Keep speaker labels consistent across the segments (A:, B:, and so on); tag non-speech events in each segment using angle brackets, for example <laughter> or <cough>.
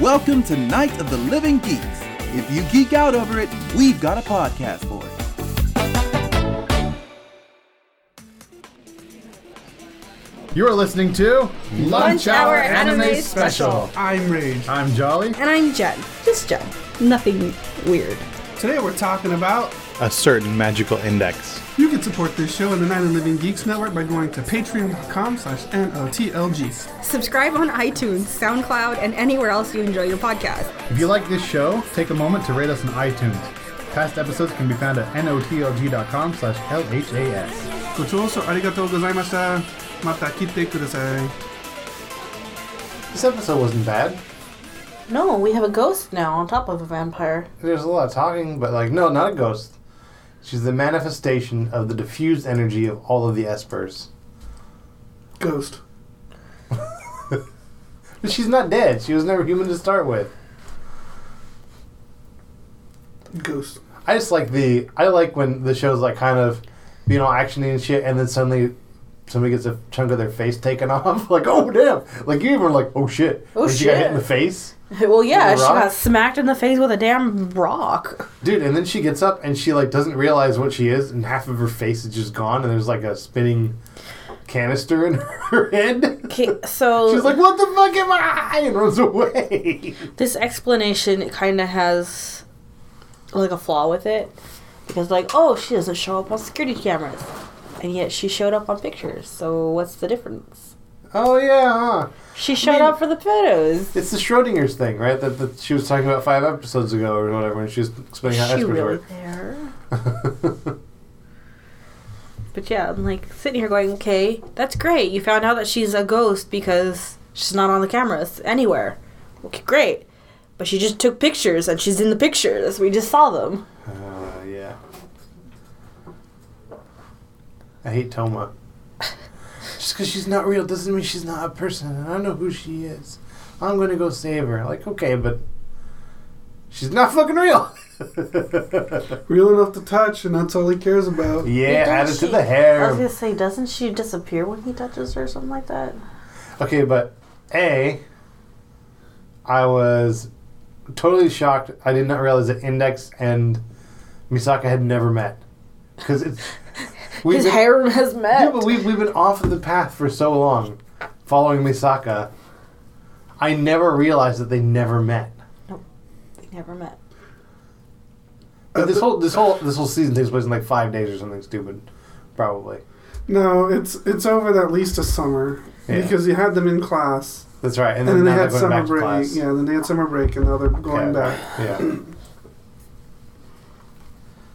A: Welcome to Night of the Living Geeks. If you geek out over it, we've got a podcast for it.
B: You are listening to Lunch,
C: Hour Anime Special.
D: I'm Rage.
B: I'm Jolly.
C: And I'm Jen. Just Jen. Nothing weird.
D: Today we're talking about
E: a certain magical index.
D: you can support this show and the Night of Living Geeks Network by going to patreon.com slash NLTLGs.
C: Subscribe on iTunes, SoundCloud, and anywhere else you enjoy your podcast.
B: If you like this show, take a moment to rate us on iTunes. Past episodes can be found at notlg.com slash lhas.
D: Gochoso arigatou gozaimashita. Mata kite kudasai.
B: This episode wasn't bad.
F: No, we have a ghost now on top of a vampire. <laughs>
B: There's a lot of talking, but like, no, not a ghost. She's the manifestation of the diffused energy of all of the espers.
D: Ghost.
B: But she's not dead. She was never human to start with.
D: Ghost.
B: I just like the I like when the show's like kind of being all actiony and shit, and then suddenly somebody gets a chunk of their face taken <laughs> off. like, oh damn! Like you even were like, oh shit!
F: Oh,
B: When She got hit
F: shit.
B: in the face,
F: Well, yeah,
B: With a
F: she
B: rock?
F: got smacked in the face with a damn rock.
B: dude. And then she gets up and she like doesn't realize what she is, and half of her face is just gone, and there's like a spinning canister in <laughs> her head.
F: <laughs> Okay, so
B: She's like, what the fuck am I? And runs away.
F: this explanation kind of has like a flaw with it because, like, oh, she doesn't show up on security cameras, and yet she showed up on pictures. So what's the difference?
B: oh yeah. Huh?
F: She showed
B: mean-
F: up for the photos.
B: It's the Schrodinger's thing, right? That, that she was talking about five episodes ago or whatever, and she was explaining how
F: Is she
B: espers
F: really
B: work.
F: there?
B: <laughs>
F: But yeah, I'm like sitting here going, okay, that's great. You found out that she's a ghost because she's not on the cameras anywhere. Okay, great. But she just took pictures and she's in the pictures. We just saw them.
B: Uh, yeah. I hate
F: <laughs>
B: Toma. Just because she's not real doesn't mean she's not a person. and I know who she is. I'm gonna go save her. Like, okay, but she's not fucking
F: <laughs>
B: real.
D: Real enough to touch, and that's all he cares about.
B: yeah, add it to
F: she-
B: the
F: I was gonna
B: hair.
F: say, doesn't she disappear when he touches her or something like that?
B: Okay, but a, I was totally shocked. I did not realize that Index and Misaka had never met because
F: <laughs>
B: it's we've
F: His
B: been-
F: harem has met.
B: Yeah, but we've, we've been off of the path for so long, following Misaka. I never realized that they never met.
F: They never met.
B: But
D: Uh,
B: this whole this whole this whole season takes place in like five days or something stupid, probably.
D: No, it's it's over at least a summer.
B: Yeah.
D: Because you had them in class.
B: That's right. And
D: And,
B: then,
D: then they
B: now
D: had
B: they're going
D: summer
B: back to
D: break.
B: class.
D: Yeah, then they had summer break, and now they're going
B: yeah.
D: back.
B: Yeah.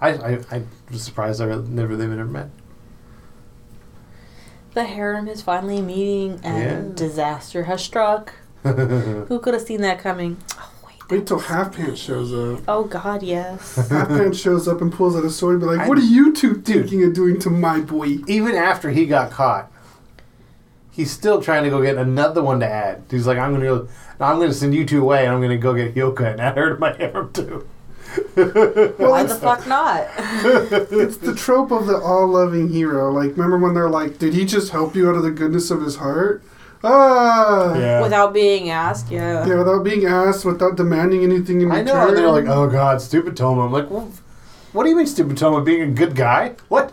B: I, I I was surprised I re- never they never met.
F: The harem is finally meeting and
B: Yeah.
F: disaster has
B: <laughs>
F: struck. Who could have seen that coming? Oh, wait.
D: Wait till Half Pants shows up.
B: <laughs>
F: Oh, God, yes.
D: Half Pants shows up and pulls out a sword and be like,
B: I-
D: What are you two
B: Dude.
D: thinking of doing to my boy?
B: Even after he got caught, he's still trying to go get another one to add. He's like, I'm gonna go, I'm gonna send you two away, and I'm gonna go get Yoka and add her to my harem too.
F: Why the fuck not?
D: It's the trope of the all loving hero. Like, remember when they're like, did he just help you out of the goodness of his heart? Ah!
F: Without being asked, yeah.
D: Yeah, without being asked, without demanding anything in
B: I
D: return.
B: know. And they're like, oh god, stupid Toma. I'm like, well, what do you mean, stupid Toma being a good guy? What?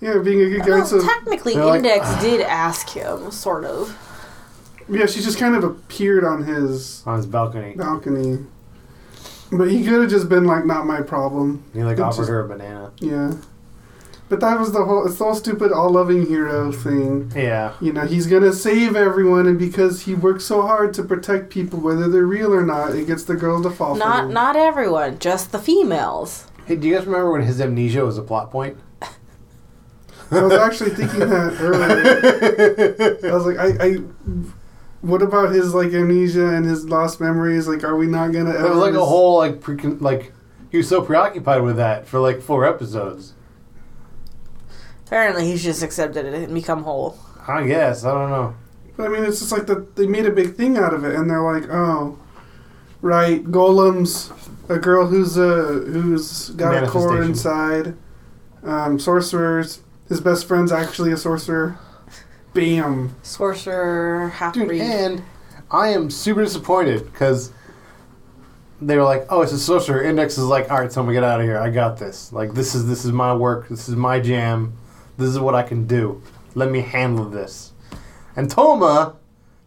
D: Yeah, being a good guy.
B: "Oh,
F: Well,
D: so,
F: technically,
B: They're like, "Ah."
F: Index did ask him, sort of.
D: yeah, she just kind of appeared on his
B: On his balcony,
D: balcony. But he could have just been like, not my problem.
B: he like
D: It's
B: offered
D: just-
B: her a banana.
D: Yeah. But that was the whole, it's the whole stupid all loving hero thing.
B: Yeah.
D: You know, he's gonna save everyone, and because he works so hard to protect people, whether they're real or not, it gets the girls to fall for
F: Not
D: him.
F: not everyone, just the females.
B: Hey, do you guys remember when his amnesia was a plot point?
D: I was actually thinking that earlier. I was like, I, I, what about his like amnesia and his lost memories? Like, are we not gonna?
B: There was like a whole like precon like he was so preoccupied with that for like four episodes.
F: Apparently, he's just accepted it and become whole.
B: I guess I don't know.
D: I mean, it's just like that they made a big thing out of it, and they're like, oh, right, golems, a girl who's a who's got a core
B: Manifestation.
D: inside, um, sorcerers. His best friend's actually a sorcerer. Bam.
F: Sorcerer, half
B: Dude,
F: breed.
B: and I am super disappointed because they were like, "Oh, it's a sorcerer." Index is like, "All right, someone get out of here. I got this. Like this is this is my work. This is my jam. This is what I can do. Let me handle this." And Toma,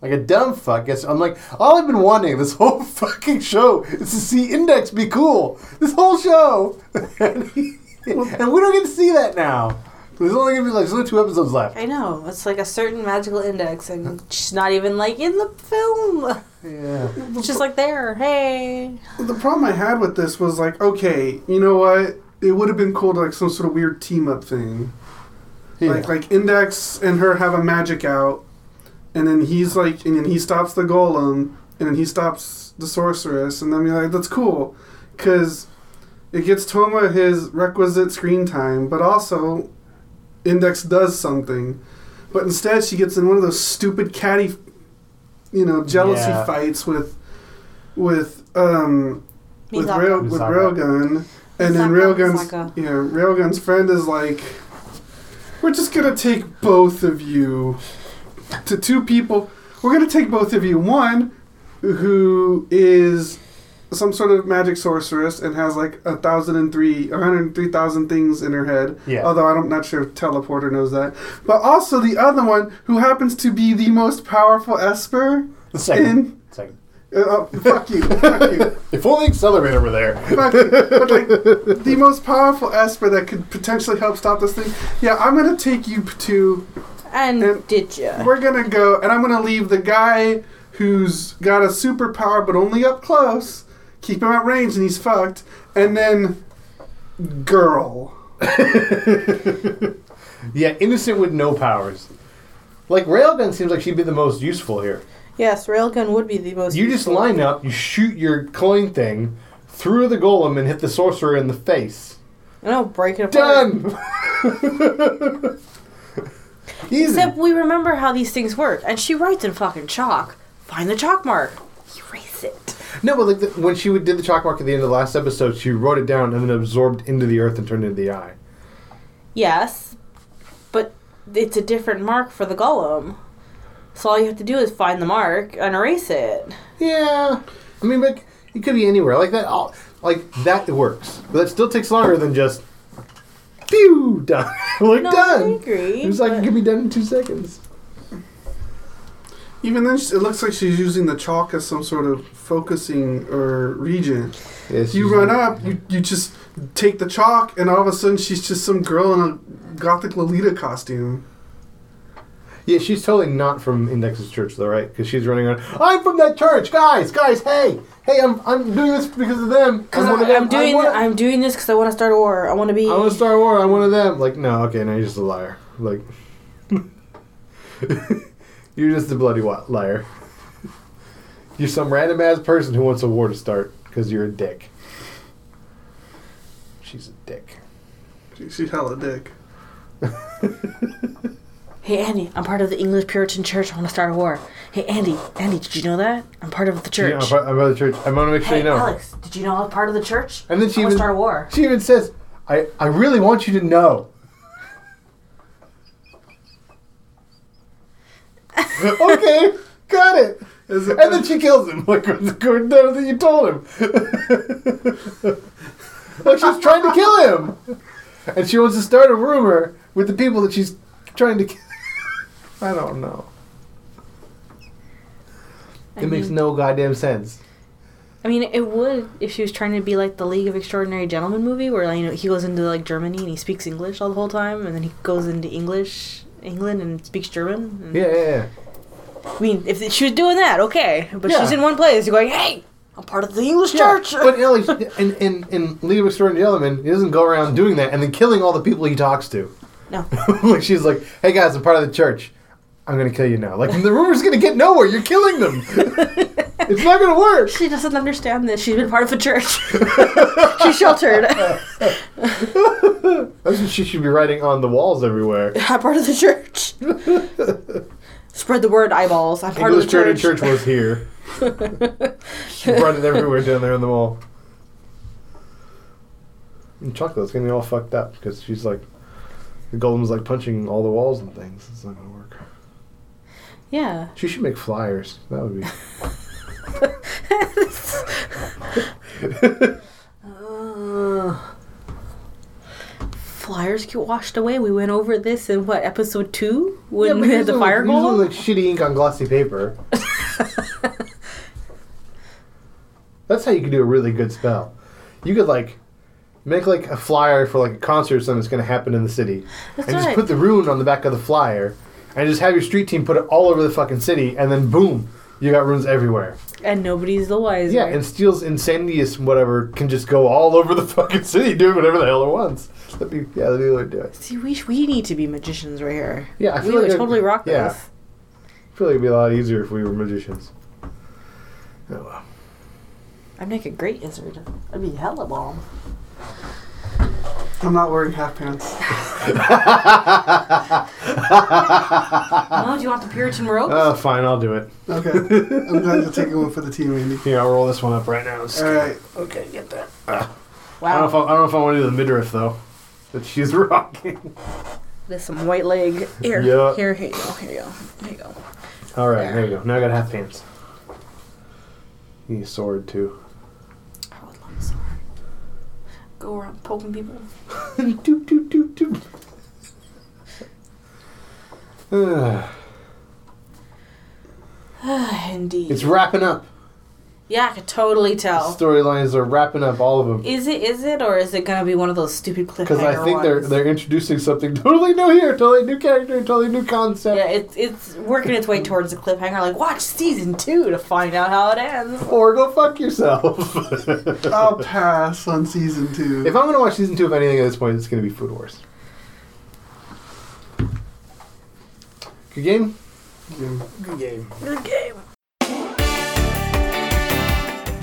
B: like a dumb fuck, gets. I'm like, all I've been wanting this <laughs> whole fucking show is to see Index be cool. This whole show, <laughs> and, he- and we don't get to see that now. There's only gonna be like there's only two episodes left.
F: I know. It's like a certain magical index, and she's not even like in the film.
D: uh,
B: Yeah.
F: It's just like there. Hey.
D: The problem I had with this was like, okay, you know what? It would have been cool to like some sort of weird team up thing.
B: Yeah.
D: Like like Index and her have a magic out, and then he's like, and then he stops the golem, and then he stops the sorceress, and then you're like, that's cool, because it gets Toma his requisite screen time, but also Index does something, but instead she gets in one of those stupid catty, you know, jealousy
B: Yeah.
D: fights with with um with
F: Mizaka.
D: rail with
B: Misaka.
D: railgun, and then
F: Misaka,
D: railgun's
F: Misaka.
D: yeah railgun's friend is like, we're just gonna take both of you to two people. We're gonna take both of you. One who is some sort of magic sorceress and has like a thousand and three, a hundred and three thousand things in her head.
B: Yeah.
D: Although I'm not sure if teleporter knows that. But also the other one who happens to be the most powerful Esper.
B: The second.
D: In-
B: second.
D: Uh, uh, fuck you, fuck you.
B: If only accelerator were there.
D: Fuck, but like the most powerful esper that could potentially help stop this thing. Yeah, I'm gonna take you to.
F: And,
D: And-
F: did ya?
D: We're gonna go, and I'm gonna leave the guy who's got a superpower, but only up close. Keep him at range, and he's fucked. And then, girl.
B: Yeah, innocent with no powers. Like railgun seems like she'd be the most useful here.
F: Yes, railgun would be the most.
B: You just
F: useful.
B: line up, you shoot your coin thing through the golem and hit the sorcerer in the face.
F: I know, break it apart.
B: Done. <laughs> Easy.
F: Except we remember how these things work, and she writes in fucking chalk. Find the chalk mark. Erase it.
B: no, but like the, when she would, did the chalk mark at the end of the last episode, she wrote it down and then absorbed into the earth and turned into the eye.
F: Yes, but it's a different mark for the golem. So all you have to do is find the mark and erase it.
B: Yeah, I mean, like it could be anywhere. Like that, all, like that works, but that still takes longer than just. Pew done. <laughs> like
F: No,
B: done.
F: I agree.
B: It's like it
F: but-
B: can be done in two seconds.
D: Even then, it looks like she's using the chalk as some sort of focusing or regent. You run up, you, you just take the chalk, and all of a sudden she's just some girl in a gothic Lolita costume.
B: Yeah, she's totally not from Index's church, though, right? Because she's running around. I'm from that church, guys, guys. Hey, hey, I'm, I'm doing this because of them.
F: Because
B: I'm one of
F: I'm,
B: them.
F: I'm doing,
B: wanna-
F: I'm doing this because I want to start a war. I want to be.
B: I want to start a war. I'm one of them. Like, no, okay, now you're just a liar. Like, <laughs> you're just a bloody wa- liar. You're some random ass person who wants a war to start because you're a dick. She's a dick.
D: She, she's hella dick.
F: Hey Andy, I'm part of the English Puritan Church. I want to start a war. Hey Andy, Andy, did you know that I'm part of the church?
B: Yeah, I'm part- I'm part of the church. I'm gonna make sure
F: hey
B: you know.
F: Alex, did you know I'm part of the church?
B: And then she
F: I
B: even-
F: want to start a war.
B: She even says, I, I really want you to know. <laughs> okay, got it.
D: Is it-
B: And then she kills him. Like, <laughs> what's going on that you told him? <laughs> like, she's trying to kill him. And she wants to start a rumor with the people that she's trying to kill. <laughs> I don't know.
F: I
B: It makes
F: mean-
B: no goddamn sense.
F: I mean, it would if she was trying to be like the League of Extraordinary Gentlemen movie, where like, you know he goes into like Germany and he speaks English all the whole time, and then he goes into English, England, and speaks German. And-
B: Yeah, yeah, yeah.
F: I mean, if she was doing that, okay, but
B: Yeah.
F: she's in one place. You're going, hey, I'm part of the English
B: Yeah,
F: church.
B: but Ellie, in, in, in League of Extraordinary Gentlemen, he doesn't go around doing that and then killing all the people he talks to. <laughs>
F: no,
B: like she's like, hey guys, I'm part of the church. I'm gonna kill you now. Like the rumor's gonna get nowhere. You're killing
F: <laughs>
B: them. it's not gonna work.
F: she doesn't understand this. She's been part of the church. <laughs> She's
B: <laughs>
F: sheltered.
B: That's what she should be writing on the walls everywhere.
F: I'm part of the church.
B: <laughs>
F: Spread the word, eyeballs. I'm part
B: English
F: of the church.
B: Puritan church. was
F: <laughs>
B: here. she brought it everywhere down there on the wall. And chocolate's gonna be all fucked up because she's like, the golem's like punching all the walls and things. It's not gonna work.
F: Yeah.
B: <laughs> She should make flyers. That would be.
F: Ugh. Flyers get washed away. We went over this in what episode two when we had the fire goal.
B: like shitty ink on glossy
F: <laughs>
B: paper. That's how you can do a really good spell. You could like make like a flyer for like a concert or something that's going to happen in the city,
F: That's
B: and just
F: right.
B: put the rune on the back of the flyer, and just have your street team put it all over the fucking city, and then boom, you got runes everywhere.
F: and nobody's the wiser.
B: Yeah, and Steel's incendious whatever can just go all over the <laughs> fucking city doing whatever the hell it wants. That'd be yeah, that'd be the way to do it.
F: See, we, we need to be magicians right here.
B: Yeah, I
F: We
B: feel like
F: would
B: I-
F: totally rock
B: yeah.
F: this.
B: I feel like it'd be a lot easier if we were magicians. Oh, well.
F: I'd make a great wizard. I'd be hella
B: <laughs>
F: bomb.
D: I'm not wearing half pants.
F: Oh, do you want the Puritan robe?
B: Uh, fine, I'll do it.
D: Okay. I'm glad you're taking one for the team, Andy.
B: Here, I'll roll this one up right now. It's-
D: All right.
B: Okay, get that. I don't
F: wow.
B: know if I, I, don't know if I want to do the midriff though. That she's <laughs> rocking.
F: There's some white leg. Here,
B: Yeah.
F: here, here you go, here you go, here you go.
B: All right, there you go. Now I got half pants. You need a sword too. <laughs>
F: Oh, I would love a sword. Go around poking people. <sighs>
B: doop doop doop doop. Ah,
F: Indeed.
B: <sighs> it's wrapping up.
F: yeah, I could totally tell.
B: Storylines are wrapping up all of them
F: Is it? Is it? Or is it gonna be one of those stupid cliffhanger
B: because I think they're
F: ones?
B: they're introducing something <laughs> totally new here, totally new character, totally new concept.
F: Yeah, it's it's working its way towards the cliffhanger. Like, watch season two to find out how it ends.
B: Or go fuck yourself. <laughs> if
D: I'll pass on season two.
B: I'm gonna watch season two of anything at this point, it's gonna be Food Wars. Good game. Good game.
F: Good game.